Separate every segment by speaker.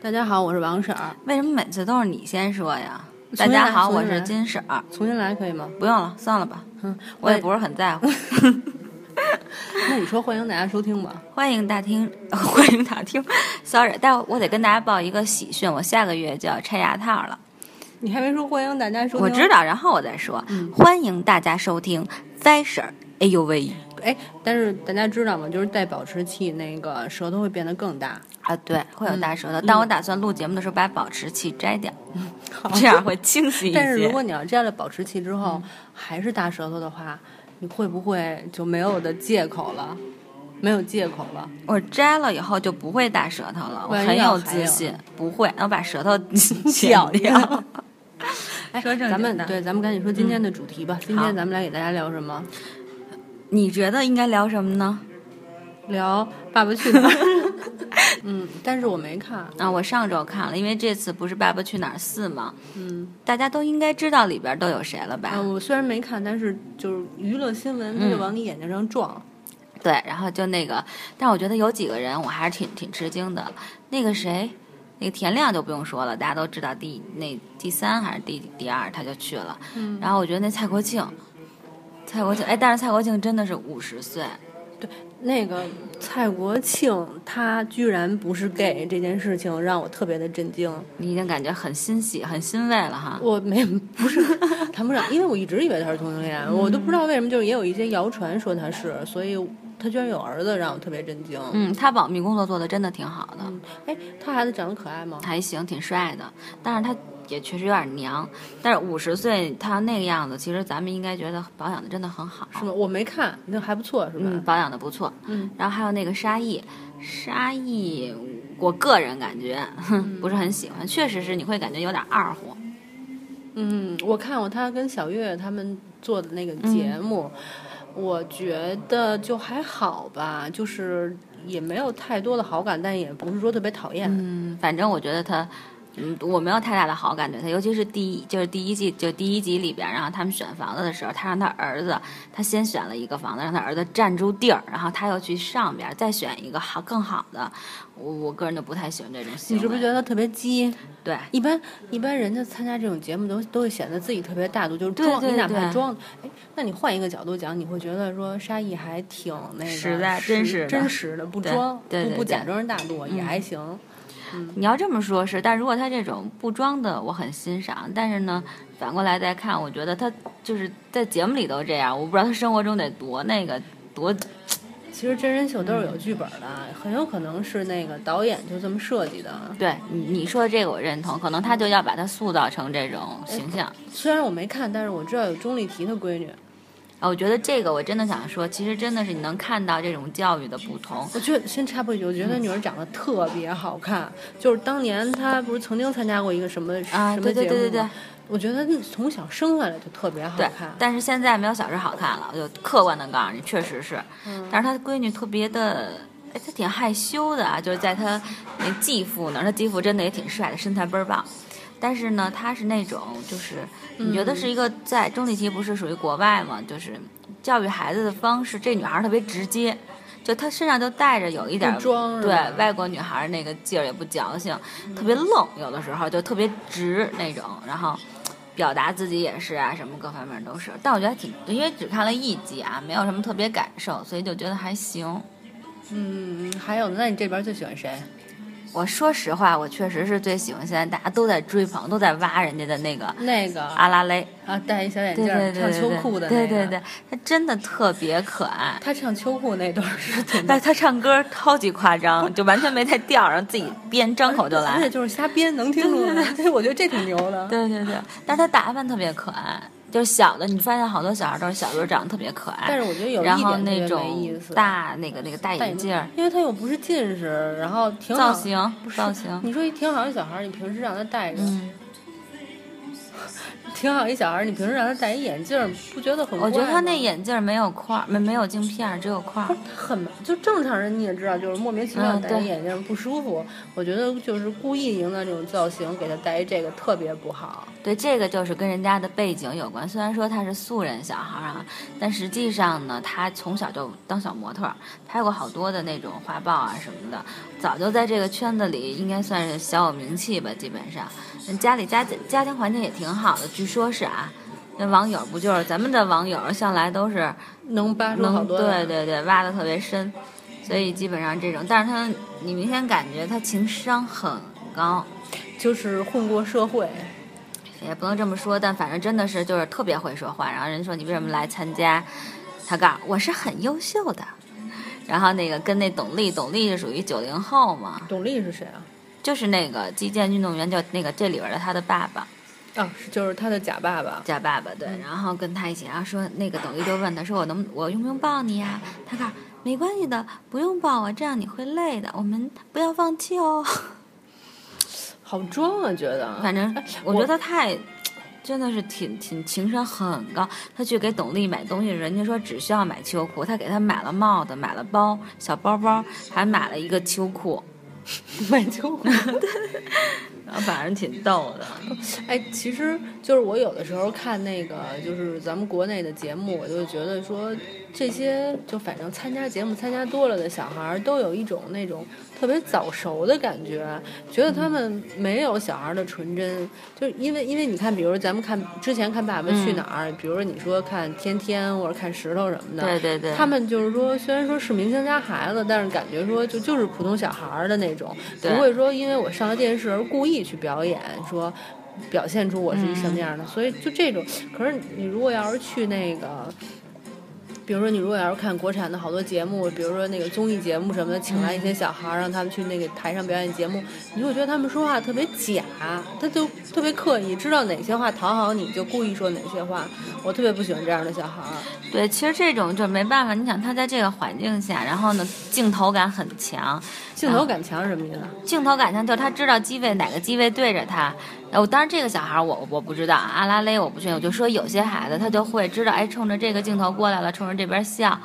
Speaker 1: 大家好，我是王婶儿。
Speaker 2: 为什么每次都是你先说呀？大
Speaker 1: 重新来
Speaker 2: 家好，
Speaker 1: 重
Speaker 2: 我
Speaker 1: 新
Speaker 2: 是
Speaker 1: 来
Speaker 2: 金婶儿。
Speaker 1: 重新来可以吗？
Speaker 2: 不用了，算了吧，
Speaker 1: 嗯，
Speaker 2: 我也不是很在乎。
Speaker 1: 那你说欢迎大家收听吧。
Speaker 2: 欢迎大听， 欢迎大听。Sorry，但我得跟大家报一个喜讯，我下个月就要拆牙套了。
Speaker 1: 你还没说欢迎大家收听，
Speaker 2: 我知。道，然后我再说。欢迎大家收听 Fashion。哎呦喂！
Speaker 1: 哎，但是大家知道吗？就是戴保持器，那个舌头会变得更大。
Speaker 2: 啊，对，会有大舌头，但我打算录节目的时候把保持器摘掉，这样会清晰一 些。
Speaker 1: 但是如果你要摘了保持器之后、还是大舌头的话，你会不会就没有的借口了？没有借口了。
Speaker 2: 我摘了以后就不会大舌头了，我
Speaker 1: 万一
Speaker 2: 很
Speaker 1: 要
Speaker 2: 有
Speaker 1: 还
Speaker 2: 自
Speaker 1: 有
Speaker 2: 信，不会，我把舌头 剪
Speaker 1: 绞
Speaker 2: 掉
Speaker 1: 掉。
Speaker 2: 哎，说正
Speaker 1: 咱们
Speaker 2: 经的
Speaker 1: 对，咱们赶紧说今天的主题吧。今
Speaker 2: 好
Speaker 1: 天咱们来给大家聊什么？
Speaker 2: 你觉得应该聊什么呢？
Speaker 1: 聊《爸爸去哪儿》。 嗯，但是我没看。
Speaker 2: 啊，我上周看了，因为这次不是《爸爸去哪儿四》吗？
Speaker 1: 嗯，
Speaker 2: 大家都应该知道里边都有谁了吧？
Speaker 1: 啊，我虽然没看，但是就是娱乐新闻，它就往你眼睛上撞。
Speaker 2: 对，然后就那个，但我觉得有几个人我还是挺挺吃惊的。那个谁，那个田亮就不用说了，大家都知道第那第三还是第第二他就去了。
Speaker 1: 嗯
Speaker 2: 然后我觉得那蔡国庆，蔡国庆，哎，但是蔡国庆真的是五十岁，
Speaker 1: 那个蔡国庆他居然不是 gay 这件事情让我特别的震惊。
Speaker 2: 你已经感觉很欣喜、很欣慰了哈。
Speaker 1: 我没 不是谈不上，因为我一直以为他是同性恋，我都不知道为什么，就是也有一些谣传说他是，所以他居然有儿子，让我特别震惊。
Speaker 2: 嗯，他保密工作做的真的挺好的。
Speaker 1: 哎，他孩子长得可爱吗？
Speaker 2: 还行，挺帅的，但是他也确实有点娘。但是五十岁他那个样子，其实咱们应该觉得保养的真的很好，
Speaker 1: 是吗？我没看，那还不错是吧？
Speaker 2: 嗯，保养的不错。
Speaker 1: 嗯，
Speaker 2: 然后还有那个沙溢，沙溢，我个人感觉哼 不是很喜欢，确实是你会感觉有点二货。
Speaker 1: 嗯，我看过他跟小岳他们做的那个节目，我觉得就还好吧，就是也没有太多的好感，但也不是说特别讨厌。
Speaker 2: 嗯，反正我觉得他。嗯，我没有太大的好感对他，尤其是第一，就是第一季，就第一集里边，然后他们选房子的时候，他让他儿子，他先选了一个房子，让他儿子占住地儿，然后他又去上边再选一个好更好的，我我个人就不太喜欢这种行
Speaker 1: 你
Speaker 2: 为。
Speaker 1: 是不是觉得他特别鸡？
Speaker 2: 对，
Speaker 1: 一般一般人家参加这种节目都都会显得自己特别大度，就是
Speaker 2: 对
Speaker 1: 装，
Speaker 2: 对
Speaker 1: 你哪怕
Speaker 2: 对
Speaker 1: 装，哎，那你换一个角度讲，你会觉得说沙溢还挺那个
Speaker 2: 实在真实的
Speaker 1: 真实的，不
Speaker 2: 对
Speaker 1: 装，
Speaker 2: 对对
Speaker 1: 不不
Speaker 2: 对
Speaker 1: 假装是大度也
Speaker 2: 嗯
Speaker 1: 还行。
Speaker 2: 你要这么说是，但如果他这种不装的，我很欣赏。但是呢，反过来再看，我觉得他就是在节目里都这样，我不知道他生活中得多那个多。
Speaker 1: 其实真人秀都是有剧本的，很有可能是那个导演就这么设计的。
Speaker 2: 对你你说的这个我认同，可能他就要把他塑造成这种形象。
Speaker 1: 虽然我没看，但是我知道有钟丽缇的闺女。
Speaker 2: 啊，我觉得这个我真的想说，其实真的是你能看到这种教育的不同。
Speaker 1: 我觉得先插播一句，我觉得
Speaker 2: 嗯
Speaker 1: 她女儿长得特别好看。就是当年她不是曾经参加过一个什么、
Speaker 2: 啊，
Speaker 1: 什么节
Speaker 2: 对对
Speaker 1: 目
Speaker 2: 对对对
Speaker 1: 吗我觉得她从小生下来就特别好
Speaker 2: 对
Speaker 1: 看，。
Speaker 2: 但是现在没有小时候好看了，我就客观的告诉你，确实是。
Speaker 1: 嗯
Speaker 2: 但是他闺女特别的，哎，她挺害羞的啊，就是在她那继父那儿，她继父真的也挺帅的，身材倍儿棒。但是呢，他是那种就是，你觉得是一
Speaker 1: 嗯
Speaker 2: 个在钟丽缇不是属于国外嘛，就是教育孩子的方式，这女孩儿特别直接，就她身上就带着有一点儿
Speaker 1: 不装是
Speaker 2: 对
Speaker 1: 吧嗯
Speaker 2: 外国女孩儿那个劲儿，也不矫情，特别愣，有的时候就特别直那种，然后。表达自己也是啊，什么各方面都是，但我觉得还挺，因为只看了一集啊，没有什么特别感受，所以就觉得还行。
Speaker 1: 嗯，还有呢，那你这边最喜欢谁？
Speaker 2: 我说实话，我确实是最喜欢现在大家都在追捧，都在挖人家的那个
Speaker 1: 那个啊
Speaker 2: 阿拉蕾，
Speaker 1: 戴一小眼
Speaker 2: 对
Speaker 1: 镜
Speaker 2: 对
Speaker 1: 儿，
Speaker 2: 对
Speaker 1: 唱
Speaker 2: 对
Speaker 1: 秋
Speaker 2: 对
Speaker 1: 裤的那
Speaker 2: 对
Speaker 1: 个。
Speaker 2: 对对，她真的特别可爱。
Speaker 1: 她唱秋裤那段儿 是挺
Speaker 2: 但她唱歌超级夸张，就完全没在调上，自己编张口就
Speaker 1: 而且
Speaker 2: 来。
Speaker 1: 就是瞎编，能听出来。对， 我觉得这挺牛的。
Speaker 2: 对对对，但是她打扮特别可爱，就是小的，你发现好多小孩都是小时候长得特别可爱，
Speaker 1: 但是我觉得有一
Speaker 2: 然
Speaker 1: 点
Speaker 2: 后
Speaker 1: 特别
Speaker 2: 那
Speaker 1: 没意
Speaker 2: 种
Speaker 1: 思。
Speaker 2: 大那个那个大眼镜儿，
Speaker 1: 因为他又不是近视，然后挺好
Speaker 2: 造型
Speaker 1: 不是
Speaker 2: 造型，
Speaker 1: 你说一挺好一小孩儿，你平时让他戴着，
Speaker 2: 嗯，
Speaker 1: 挺好一小孩儿，你平时让他戴一眼镜儿，不觉得很怪吗？
Speaker 2: 我觉得他那眼镜儿没有框儿，没没有镜片儿，只有框儿
Speaker 1: 不。是他很就正常人你也知道，就是莫名其妙
Speaker 2: 嗯
Speaker 1: 戴
Speaker 2: 对
Speaker 1: 一眼镜不舒服。我觉得就是故意营造这种造型，给他戴一这个特别不好。
Speaker 2: 对，这个就是跟人家的背景有关。虽然说他是素人小孩儿啊，但实际上呢，他从小就当小模特儿，拍过好多的那种画报啊什么的，早就在这个圈子里应该算是小有名气吧。基本上，嗯家里家家庭环境也挺好的，据说是啊。那网友不就是咱们的网友，向来都是
Speaker 1: 能扒出好
Speaker 2: 能
Speaker 1: 多
Speaker 2: 对
Speaker 1: 来
Speaker 2: 对对挖的特别深，所以基本上这种，但是他你明显感觉他情商很高。
Speaker 1: 就是混过社会，
Speaker 2: 也不能这么说，但反正真的是就是特别会说话。然后人说你为什么来参加？他告诉我是很优秀的。然后那个跟那董丽，董丽是属于九零后嘛，
Speaker 1: 董力是谁啊？
Speaker 2: 就是那个击剑运动员，就那个这里边的他的爸爸，
Speaker 1: 啊，是就是他的假爸爸。
Speaker 2: 假爸爸对。然后跟他一起，然后说那个董丽就问他说我能我用不用抱你呀、他告诉我没关系的，不用抱啊我，这样你会累的，我们不要放弃哦。
Speaker 1: 好装啊，觉得。
Speaker 2: 反正
Speaker 1: 哎
Speaker 2: 我觉得他太，真的是挺挺情商很高。他去给董丽买东西，人家说只需要买秋裤，他给她买了帽子，买了包小包包，还买了一个秋裤，
Speaker 1: 买秋裤。
Speaker 2: 然后反正挺逗的。
Speaker 1: 哎，其实就是我有的时候看那个，就是咱们国内的节目，我就觉得说，这些就反正参加节目参加多了的小孩儿，都有一种那种特别早熟的感觉，觉得他们没有小孩儿的纯真，就是因为因为你看，比如咱们看之前看《爸爸去哪儿》比如说你说看《天天》或者看《石头》什么的，
Speaker 2: 对对对，
Speaker 1: 他们就是说，虽然说是明星家孩子，但是感觉说就就是普通小孩儿的那种，不
Speaker 2: 对
Speaker 1: 会说因为我上了电视而故意去表演，说表现出我是一什么样的。所以就这种，可是你如果要是去那个。比如说，你如果要是看国产的好多节目，比如说那个综艺节目什么的，请来一些小孩儿，让他们去那个台上表演节目，你就会觉得他们说话特别假，他就特别刻意，知道哪些话讨好你，就故意说哪些话。我特别不喜欢这样的小孩儿。
Speaker 2: 对，其实这种就没办法。你想他在这个环境下，然后呢镜头感很强，
Speaker 1: 镜头感强是什么意思啊？
Speaker 2: 镜头感强，就是他知道机位哪个机位对着他。呃我当然这个小孩儿我我不知道啊，阿拉蕾我不确定，我就说有些孩子他就会知道，哎，冲着这个镜头过来了，冲着这边笑，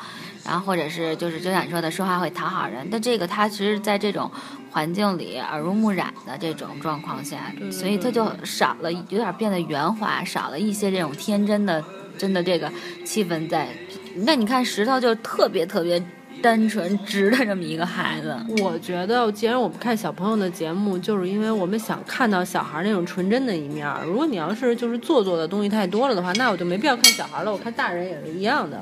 Speaker 2: 然后或者是就是就像你说的，说话会讨好人。但这个他其实在这种环境里耳濡目染的这种状况下，
Speaker 1: 对
Speaker 2: 所以他就少了有点变得圆滑，少了一些这种天真的真的这个气氛在。那你看石头就特别特别单纯直的这么一个孩子，
Speaker 1: 我觉得，既然我们看小朋友的节目，就是因为我们想看到小孩那种纯真的一面儿。如果你要是就是做作的东西太多了的话，那我就没必要看小孩了。我看大人也是一样的。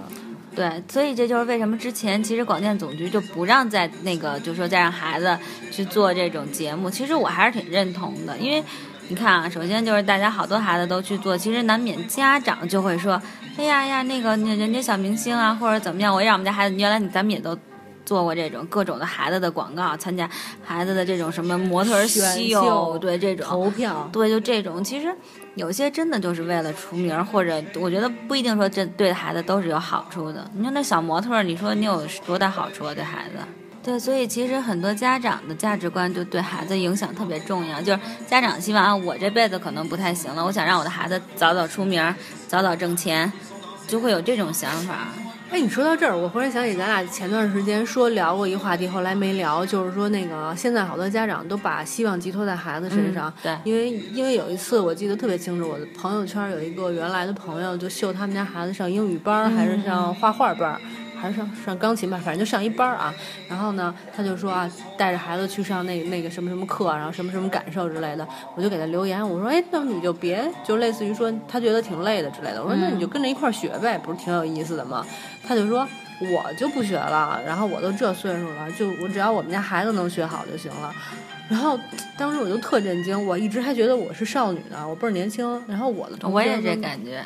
Speaker 2: 对，所以这就是为什么之前其实广电总局就不让在那个，就说再让孩子去做这种节目。其实我还是挺认同的，因为你看啊，首先就是大家好多孩子都去做，其实难免家长就会说，哎呀呀，那个那人家小明星啊，或者怎么样，我也让我们家孩子，原来你咱们也都。做过这种各种的孩子的广告，参加孩子的这种什么模特儿
Speaker 1: 选秀
Speaker 2: 秀，对这种
Speaker 1: 投票，
Speaker 2: 对，就这种，其实有些真的就是为了出名儿，或者我觉得不一定说这对孩子都是有好处的。你说那小模特儿，你说你有多大好处啊？对孩子？对，所以其实很多家长的价值观就对孩子影响特别重要，就是家长希望啊，我这辈子可能不太行了，我想让我的孩子早早出名儿，早早挣钱，就会有这种想法。
Speaker 1: 哎，你说到这儿，我忽然想起咱俩前段时间说聊过一话题，后来没聊，就是说那个现在好多家长都把希望寄托在孩子身上。
Speaker 2: 嗯对，
Speaker 1: 因为因为有一次我记得特别清楚，我的朋友圈有一个原来的朋友就秀他们家孩子上英语班儿，还是上画画班儿，还是上上钢琴吧，反正就上一班儿啊。然后呢，他就说啊，带着孩子去上那那个什么什么课，啊然后什么什么感受之类的。我就给他留言，我说，哎，那你就别就类似于说他觉得挺累的之类的。我说，那你就跟着一块儿学呗，不是挺有意思的吗？他就说。我就不学了，然后我都这岁数了，就我只要我们家孩子能学好就行了。然后当时我就特震惊，我一直还觉得我是少女呢，我倍儿年轻。然后我的同学
Speaker 2: 我也这
Speaker 1: 跟
Speaker 2: 感觉。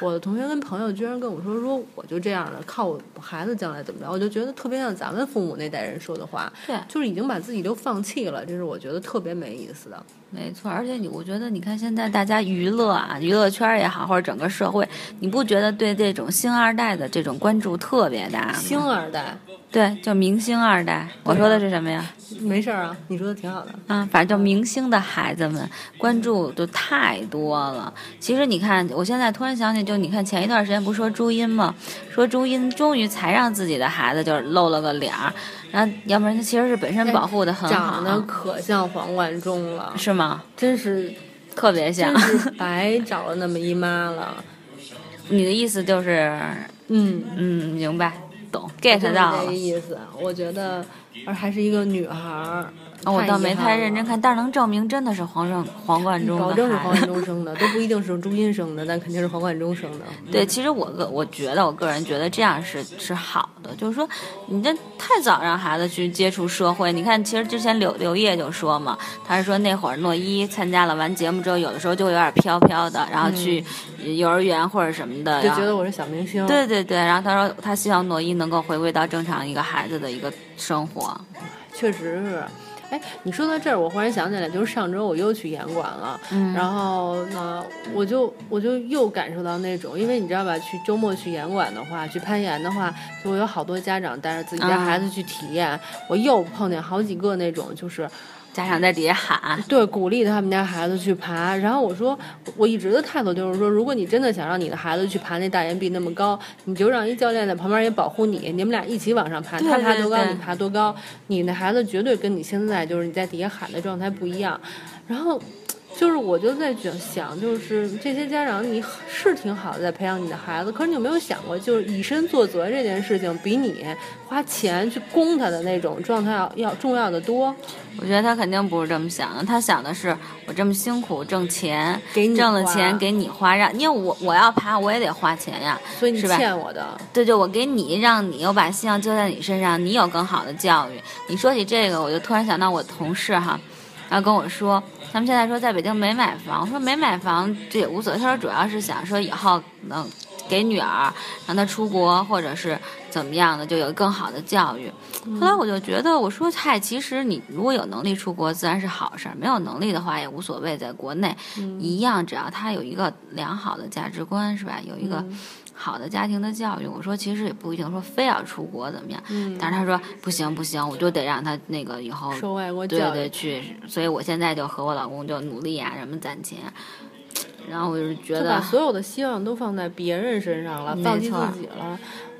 Speaker 1: 我的同学跟朋友居然跟我说说我就这样了，靠我孩子将来怎么着，我就觉得特别像咱们父母那代人说的话，
Speaker 2: 对
Speaker 1: 就是已经把自己都放弃了，这是我觉得特别没意思的。
Speaker 2: 没错，而且你我觉得，你看现在大家娱乐啊，娱乐圈也好，或者整个社会，你不觉得对这种星二代的这种关注特别大吗？
Speaker 1: 星二啊代，
Speaker 2: 对，就明星二代。我说的是什么呀？
Speaker 1: 没事儿啊，你说的挺好的。
Speaker 2: 啊，反正就明星的孩子们关注就太多了。其实你看，我现在突然想起，就你看前一段时间不是说朱茵吗？说朱茵终于才让自己的孩子就是露了个脸儿，然后要不然她其实是本身保护的很好，
Speaker 1: 哎长得可像黄贯中了，
Speaker 2: 是吗？
Speaker 1: 真是
Speaker 2: 特别像
Speaker 1: 真。是白找了那么姨妈了。
Speaker 2: 你的意思就是，
Speaker 1: 嗯，
Speaker 2: 嗯，明白，懂
Speaker 1: 就是这
Speaker 2: ，get 到了
Speaker 1: 个。意思。我觉得，而还是一个女孩儿，
Speaker 2: 啊我倒没太
Speaker 1: 遗憾了嗯
Speaker 2: 认真看，但是能证明真的是黄上黄贯中的
Speaker 1: 保证是
Speaker 2: 孩
Speaker 1: 黄
Speaker 2: 子
Speaker 1: 贯中生的，都不一定是朱茵生的，但肯定是黄贯中生 的。
Speaker 2: 对，其实我个我觉得，我个人觉得这样是是好的，就是说，你这太早让孩子去接触社会。你看，其实之前柳柳叶就说嘛，他是说那会儿诺一参加了完节目之后，有的时候就有点飘飘的，然后去幼儿园或者什么的，
Speaker 1: 嗯就
Speaker 2: 然后
Speaker 1: 觉得我是小明星。
Speaker 2: 啊对对对，然后他说他希望诺一能够回归到正常一个孩子的一个生活。
Speaker 1: 确实是。哎，你说到这儿，我忽然想起来，就是上周我又去严管了，然后呢，我就我就又感受到那种，因为你知道吧，去周末去严管的话，去攀岩的话，就会有好多家长带着自己家
Speaker 2: 啊
Speaker 1: 孩子去体验，我又碰见好几个那种，就是
Speaker 2: 家长在底下喊，
Speaker 1: 对鼓励他们家孩子去爬。然后我说，我一直的态度就是说，如果你真的想让你的孩子去爬那大岩壁那么高，你就让一教练在旁边也保护你，你们俩一起往上爬，
Speaker 2: 对
Speaker 1: 他爬多高
Speaker 2: 对对
Speaker 1: 你爬多高，你那孩子绝对跟你现在就是你在底下喊的状态不一样。然后。就是我就在觉想，就是这些家长你是挺好的在培养你的孩子，可是你有没有想过，就是以身作则这件事情，比你花钱去供他的那种状态要要重要的多。
Speaker 2: 我觉得他肯定不是这么想的，他想的是我这么辛苦挣钱，
Speaker 1: 给你
Speaker 2: 挣了
Speaker 1: 花
Speaker 2: 钱给你花，让因为我我要爬我也得花钱呀，
Speaker 1: 所以你
Speaker 2: 是吧哦
Speaker 1: 欠我的，
Speaker 2: 对对，我给你，让你，我把希望就在你身上，你有更好的教育。你说起这个，我就突然想到我同事哈，然后跟我说，他们现在说在北京没买房，我说没买房这也无所谓，他说主要是想说以后能给女儿让她出国或者是怎么样的，就有更好的教育。后来我就觉得，我说嗨，其实你如果有能力出国，自然是好事儿；没有能力的话也无所谓，在国内、一样，只要他有一个良好的价值观，是吧？有一个。好的家庭的教育，我说其实也不一定说非要出国怎么样，
Speaker 1: 嗯
Speaker 2: 但是他说不行不行，我就得让他那个以后
Speaker 1: 受外国教育，
Speaker 2: 对对去，所以我现在就和我老公就努力啊，什么攒钱，然后我就觉
Speaker 1: 就
Speaker 2: 得，
Speaker 1: 把所有的希望都放在别人身上了，
Speaker 2: 没
Speaker 1: 放弃
Speaker 2: 错
Speaker 1: 自己了。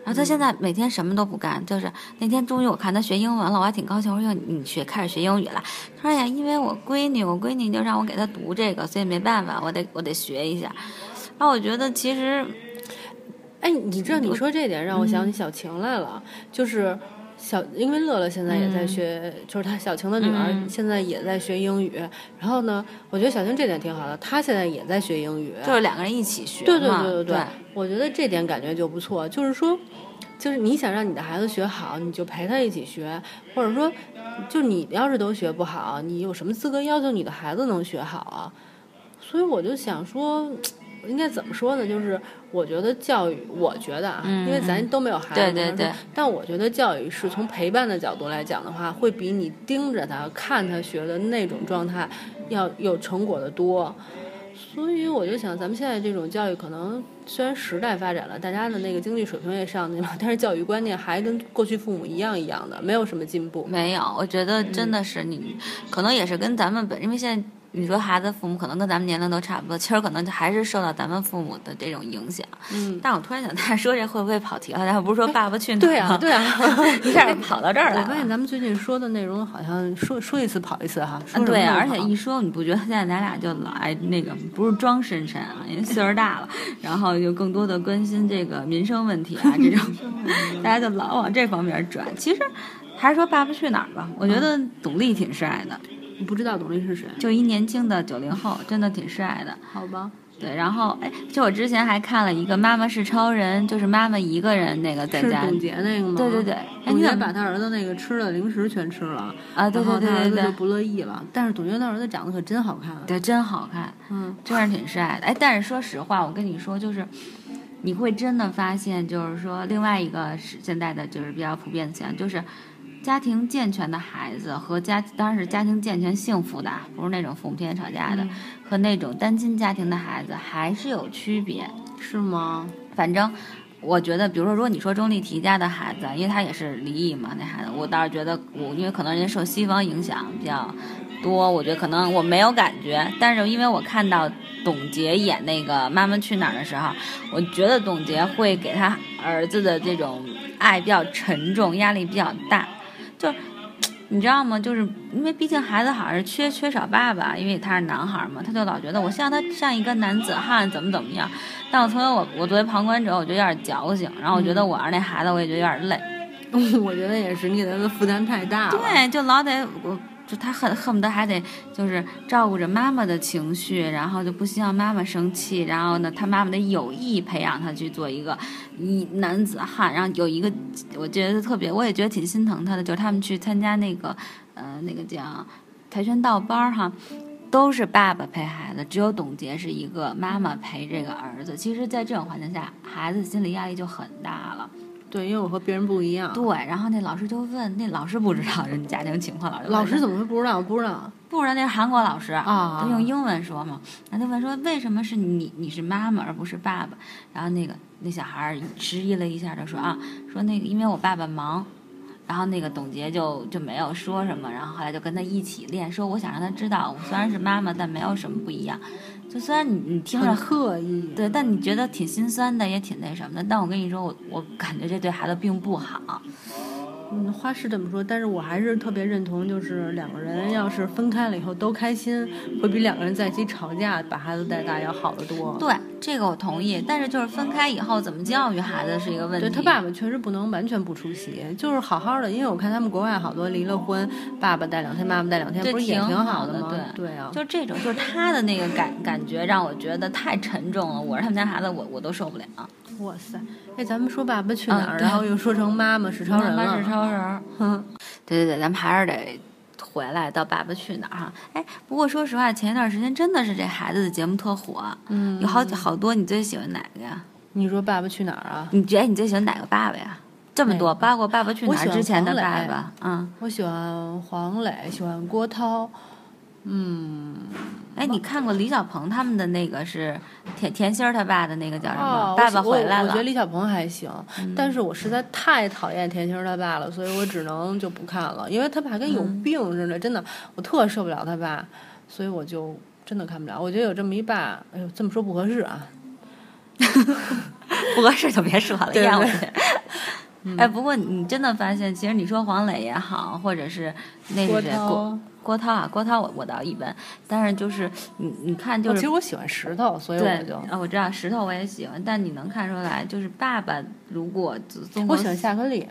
Speaker 2: 然后他现在每天什么都不干，就是那天终于我看他学英文了，我还挺高兴，我说哟你学开始学英语了，他说哎呀，因为我闺女，我闺女就让我给她读这个，所以没办法，我得我得学一下，然后我觉得其实
Speaker 1: 哎，你知道
Speaker 2: 嗯
Speaker 1: 你说这点让我想起小晴来了，就是小，因为乐乐现在也在学，就是她小晴的女儿
Speaker 2: 嗯
Speaker 1: 现在也在学英语。然后呢，我觉得小晴这点挺好的，她现在也在学英语。
Speaker 2: 就是两个人一起学嘛，
Speaker 1: 对对对对
Speaker 2: 对
Speaker 1: 我觉得这点感觉就不错。就是说，就是你想让你的孩子学好，你就陪他一起学，或者说，就你要是都学不好，你有什么资格要求你的孩子能学好啊？所以我就想说，应该怎么说呢？就是我觉得教育，我觉得啊，因为咱都没有孩子，
Speaker 2: 嗯对对
Speaker 1: 咱
Speaker 2: 对
Speaker 1: 说但我觉得教育是从陪伴的角度来讲的话，会比你盯着他看他学的那种状态要有成果的多。所以我就想，咱们现在这种教育，可能虽然时代发展了，大家的那个经济水平也上去了，但是教育观念还跟过去父母一样一样的，没有什么进步。
Speaker 2: 没有，我觉得真的是你，可能也是跟咱们本，因为现在你说孩子父母可能跟咱们年龄都差不多，其实可能还是受到咱们父母的这种影响。
Speaker 1: 嗯，
Speaker 2: 但我突然想，他说这会不会跑题了？咱不是说《爸爸去哪儿》
Speaker 1: 对啊， 对啊， 啊
Speaker 2: 一下就跑到这儿
Speaker 1: 我
Speaker 2: 来
Speaker 1: 发现
Speaker 2: 了。啊
Speaker 1: 咱们最近说的内容好像说说一次跑一次哈，说
Speaker 2: 啊
Speaker 1: 什么
Speaker 2: 对啊，
Speaker 1: 都
Speaker 2: 而且
Speaker 1: 跑
Speaker 2: 一说，你不觉得现在咱俩就老爱那个，不是装深沉啊，因为岁数大了，然后就更多的关心这个民生问题啊，这种，大家就老往这方面转。其实还是说《爸爸去哪儿》吧，我觉
Speaker 1: 嗯
Speaker 2: 得董力挺帅的。
Speaker 1: 你不知道董力是谁，
Speaker 2: 就一年轻的九零后，真的挺帅的。
Speaker 1: 好吧？
Speaker 2: 对，然后哎，就我之前还看了一个《妈妈是超人》，就是妈妈一个人那个在
Speaker 1: 是
Speaker 2: 家。
Speaker 1: 董洁那个吗？
Speaker 2: 对对对，哎，
Speaker 1: 董
Speaker 2: 你
Speaker 1: 洁
Speaker 2: 怎么
Speaker 1: 把他儿子那个吃的零食全吃了，
Speaker 2: 啊？对
Speaker 1: 然后
Speaker 2: 对
Speaker 1: 他儿
Speaker 2: 对
Speaker 1: 子
Speaker 2: 对
Speaker 1: 就
Speaker 2: 对，
Speaker 1: 不乐意了。但是董洁他儿子长得可真好看，
Speaker 2: 对，真好看，
Speaker 1: 嗯，
Speaker 2: 真是挺帅的。哎，但是说实话，我跟你说，就是你会真的发现，就是说另外一个是现在的就是比较普遍的现象，就是家庭健全的孩子和家当然是家庭健全幸福的啊，不是那种父母天天吵架的，
Speaker 1: 嗯
Speaker 2: 和那种单亲家庭的孩子还是有区别。
Speaker 1: 是吗？
Speaker 2: 反正我觉得，比如说，如果你说钟丽缇家的孩子，因为他也是离异嘛，那孩子，我倒是觉得我，因为可能人家受西方影响比较多，我觉得可能我没有感觉，但是因为我看到董洁演那个《妈妈去哪儿》的时候，我觉得董洁会给他儿子的这种爱比较沉重，压力比较大，就。你知道吗？就是因为毕竟孩子好像是缺缺少爸爸，因为他是男孩嘛，他就老觉得我希望他像一个男子汉，怎么怎么样。但我从我我作为旁观者，我就有点矫情，然后我觉得我要是那孩子，我也觉得有点累。
Speaker 1: 我觉得也是，你给他的负担太大了。
Speaker 2: 对，就老得我就他恨恨不得还得就是照顾着妈妈的情绪，然后就不希望妈妈生气，然后呢，他妈妈得有意培养他去做一个一男子汉，然后有一个我觉得特别，我也觉得挺心疼他的，就是他们去参加那个呃那个叫跆拳道班儿哈。都是爸爸陪孩子，只有董洁是一个妈妈陪这个儿子。其实，在这种环境下，孩子心理压力就很大了。
Speaker 1: 对，因为我和别人不一样。
Speaker 2: 对，然后那老师就问，那老师不知道人家庭情况，老
Speaker 1: 老师
Speaker 2: 师就问他
Speaker 1: 怎么会不知道？不知道
Speaker 2: 不知道那是韩国老师
Speaker 1: 啊
Speaker 2: 啊他用英文说嘛，然后他问说为什么是你你是妈妈而不是爸爸？然后那个那小孩儿迟疑了一下，就说啊，说那个因为我爸爸忙。然后那个董洁就就没有说什么，然后后来就跟他一起练，说我想让他知道，我虽然是妈妈，但没有什么不一样。就虽然你你听着
Speaker 1: 很刻意。
Speaker 2: 对，但你觉得挺心酸的，也挺那什么的。但我跟你说，我我感觉这对孩子并不好。
Speaker 1: 嗯，话是这么说，但是我还是特别认同，就是两个人要是分开了以后都开心，会比两个人在一起吵架把孩子带大要好得多。
Speaker 2: 对，这个我同意。但是就是分开以后怎么教育孩子是一个问题。
Speaker 1: 对他爸爸确实不能完全不出席，就是好好的，因为我看他们国外好多离了婚，爸爸带两天，妈妈带两天，
Speaker 2: 对
Speaker 1: 不是也
Speaker 2: 挺
Speaker 1: 好
Speaker 2: 好的
Speaker 1: 吗？
Speaker 2: 对
Speaker 1: 对啊，
Speaker 2: 就这种，就是他的那个感感觉让我觉得太沉重了。我是他们家孩子，我我都受不了。
Speaker 1: 哇塞，哎，咱们说爸爸去哪儿，
Speaker 2: 嗯对
Speaker 1: 然后又说成妈妈是超人
Speaker 2: 慢慢是
Speaker 1: 了，
Speaker 2: 超人儿。 对对对，咱们还是得回来到《爸爸去哪儿》哈。哎，不过说实话，前一段时间真的是这孩子的节目特火，
Speaker 1: 嗯，
Speaker 2: 有好几好多。你最喜欢哪个呀？
Speaker 1: 你说爸爸去哪儿啊？
Speaker 2: 你觉得你最喜欢哪个爸爸呀？这么多，
Speaker 1: 哪个
Speaker 2: 包括《爸爸去
Speaker 1: 我
Speaker 2: 哪儿
Speaker 1: 喜》欢
Speaker 2: 之前的
Speaker 1: 黄
Speaker 2: 爸
Speaker 1: 磊
Speaker 2: 爸，嗯。
Speaker 1: 我喜欢黄磊，喜欢郭涛，嗯，
Speaker 2: 哎，你看过李小鹏他们的那个是甜甜心儿他爸的那个叫什么？
Speaker 1: 哦，
Speaker 2: 啊爸爸
Speaker 1: 我喜
Speaker 2: 回来
Speaker 1: 我。我觉得
Speaker 2: 了。嗯
Speaker 1: 李小鹏还行，但是我实在太讨厌甜心儿他爸了，所以我只能就不看了，因为他爸跟有病似的，真的，我特受不了他爸，所以我就真的看不了。我觉得有这么一爸，哎呦，这么说不合适啊。
Speaker 2: 不合适就别说 了，
Speaker 1: 对
Speaker 2: 要
Speaker 1: 对
Speaker 2: 去。 哎，不过你真的发现，其实你说黄磊也好，或者是那
Speaker 1: 郭
Speaker 2: 是谁郭
Speaker 1: 涛，
Speaker 2: 郭涛啊，郭涛我我倒一般，但是就是你你看
Speaker 1: 我
Speaker 2: 就
Speaker 1: 哦其
Speaker 2: 是
Speaker 1: 实我喜欢石头，所以我
Speaker 2: 对
Speaker 1: 就
Speaker 2: 啊，我知道石头我也喜欢，但你能看出来，就是爸爸如果综合
Speaker 1: 我喜欢夏克立。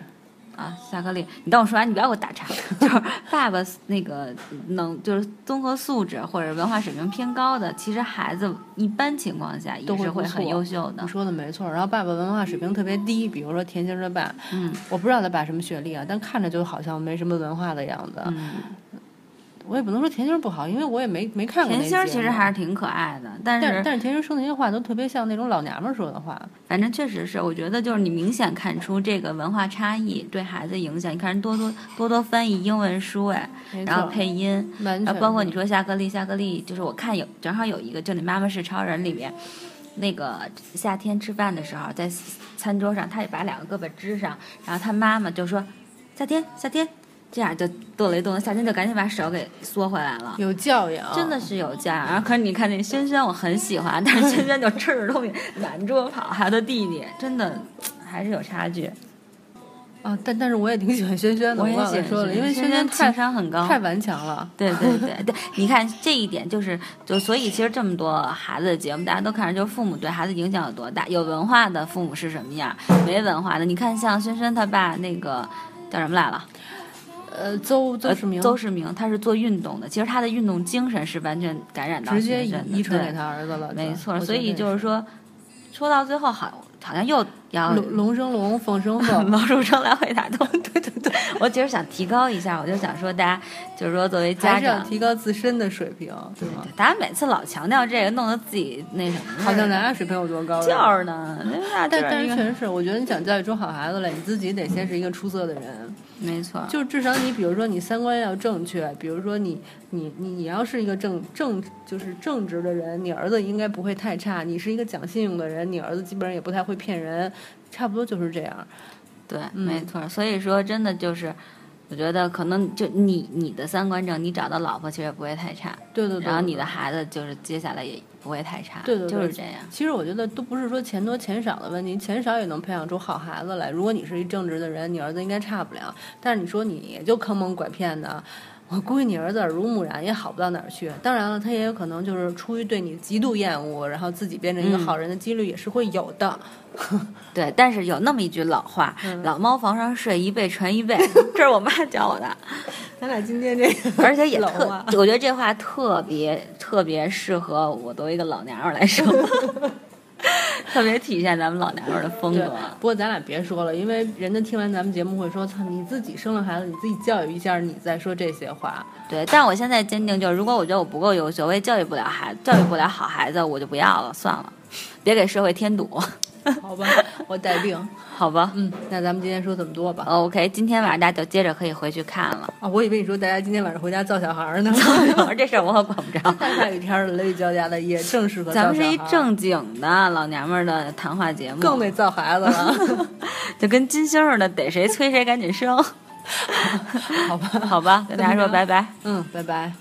Speaker 2: 啊，夏克立，你等我说完，你不要给我打岔。 就是爸爸那个能，就是综合素质或者文化水平偏高的，其实孩子一般情况下也
Speaker 1: 都会
Speaker 2: 是
Speaker 1: 不
Speaker 2: 会
Speaker 1: 错
Speaker 2: 很优秀的
Speaker 1: 你。说的没错，然后爸爸文化水平特别低，比如说甜心儿他爸，
Speaker 2: 嗯
Speaker 1: 我不知道他爸什么学历啊，但看着就好像没什么文化的样子。
Speaker 2: 嗯，
Speaker 1: 我也不能说甜心儿不好，因为我也没没看过那
Speaker 2: 甜心儿其
Speaker 1: 节
Speaker 2: 实
Speaker 1: 目啊
Speaker 2: 还是挺可爱的，但
Speaker 1: 但
Speaker 2: 是
Speaker 1: 但是田心说那些话都特别像那种老娘们儿说的话。
Speaker 2: 反正确实是，我觉得就是你明显看出这个文化差异对孩子影响。你看人多多多多翻译英文书哎，
Speaker 1: 没
Speaker 2: 然后
Speaker 1: 错
Speaker 2: 配音，
Speaker 1: 完
Speaker 2: 然后
Speaker 1: 全
Speaker 2: 包括
Speaker 1: 是
Speaker 2: 你说夏克立，夏克立就是我看有正好有一个，就你妈妈是超人里面，那个夏天吃饭的时候，在餐桌上，他也把两个胳膊支上，然后他妈妈就说：“夏天，夏天。”这样就动了一动，夏天就赶紧把手给缩回来了。
Speaker 1: 有教养，
Speaker 2: 真的是有家，然后可是你看那轩轩，我很喜欢，但是轩轩就吃着东西满桌跑，还有他弟弟，真的还是有差距。
Speaker 1: 啊。但但是我也挺喜欢轩轩的，
Speaker 2: 我
Speaker 1: 我
Speaker 2: 也
Speaker 1: 忘
Speaker 2: 喜
Speaker 1: 了
Speaker 2: 欢
Speaker 1: 说了，因为
Speaker 2: 轩
Speaker 1: 轩
Speaker 2: 轩
Speaker 1: 太
Speaker 2: 情商很高，
Speaker 1: 太顽强了。
Speaker 2: 对对 对对，你看这一点就是，就所以其实这么多孩子的节目，大家都看着就是父母对孩子影响有多大。有文化的父母是什么样，没文化的，你看像轩轩他爸那个叫什么来了？
Speaker 1: 呃，邹邹市明
Speaker 2: 邹市明，他是做运动的，其实他的运动精神是完全感染到
Speaker 1: 直接
Speaker 2: 轩轩的
Speaker 1: 遗传
Speaker 2: 对
Speaker 1: 给他儿子了，
Speaker 2: 没
Speaker 1: 对
Speaker 2: 错，
Speaker 1: 我觉
Speaker 2: 所
Speaker 1: 得
Speaker 2: 以
Speaker 1: 也
Speaker 2: 就是说，说到最后好，好像又要
Speaker 1: 龙 龙生龙，凤生凤。
Speaker 2: 毛书生来回答都对对对，我只是想提高一下，我就想说大家就是说作为家
Speaker 1: 还是要
Speaker 2: 长，
Speaker 1: 提高自身的水平，对
Speaker 2: 对
Speaker 1: 吗？
Speaker 2: 大家每次老强调这个，弄得自己那什么似的，
Speaker 1: 好像咱俩水平有多高似的，
Speaker 2: 就是呢，那
Speaker 1: 但但
Speaker 2: 就是是
Speaker 1: 确实是，我觉得你想教育出好孩子来，你自己得先是一个出色的人。
Speaker 2: 没错，
Speaker 1: 就是至少你，比如说你三观要正确，比如说你你你你要是一个正正就是正直的人，你儿子应该不会太差。你是一个讲信用的人，你儿子基本上也不太会骗人，差不多就是这样。
Speaker 2: 对，
Speaker 1: 嗯
Speaker 2: 没错。所以说，真的就是，我觉得可能就你你的三观正，你找到老婆其实也不会太差，
Speaker 1: 对对对。
Speaker 2: 然后你
Speaker 1: 对
Speaker 2: 的孩子就是接下来也不会太差，
Speaker 1: 对对对
Speaker 2: 就是这样。
Speaker 1: 其实我觉得都不是说钱多钱少的问题，钱少也能培养出好孩子来。如果你是一正直的人，你儿子应该差不了。但是你说你就坑蒙拐骗的，我估计你儿子耳濡目染也好不到哪儿去。当然了，他也有可能就是出于对你极度厌恶，然后自己变成一个
Speaker 2: 嗯
Speaker 1: 好人的几率也是会有的。
Speaker 2: 对，但是有那么一句老话，
Speaker 1: 嗯
Speaker 2: 老猫房上睡，一辈传 一辈，这是我妈教我的，
Speaker 1: 咱俩今天这个，
Speaker 2: 而且也
Speaker 1: 老啊
Speaker 2: 特
Speaker 1: 话，
Speaker 2: 我觉得这话特别特别适合我作为一个老娘们儿来 说，特别体现咱们老娘们儿的风
Speaker 1: 对
Speaker 2: 格。，
Speaker 1: 不过咱俩别说了，因为人家听完咱们节目会说：“操，你自己生了孩子，你自己教育一下，你再说这些话。
Speaker 2: 对，但我现在坚定就是，如果我觉得我不够优秀，我也教育不了孩，教育不了好孩子，我就不要了，算了，别给社会添堵，”
Speaker 1: 好吧，我待定。
Speaker 2: 好吧
Speaker 1: 嗯，那咱们今天说这么多吧。
Speaker 2: ？OK，今天晚上大家就接着可以回去看了。
Speaker 1: 啊，我以为你说大家今天晚上回家造小孩儿呢。
Speaker 2: 这事儿我可管 不着，
Speaker 1: 大下雨天儿的雷雨交加的，也正适合
Speaker 2: 咱们
Speaker 1: 造
Speaker 2: 是
Speaker 1: 小
Speaker 2: 一
Speaker 1: 孩儿
Speaker 2: 正经的老娘们儿的谈话节目，
Speaker 1: 更得造孩子 了，
Speaker 2: 就跟金星似的，逮谁催谁赶紧生，
Speaker 1: 好吧？
Speaker 2: 好吧？跟大家说拜拜。
Speaker 1: 嗯，拜拜。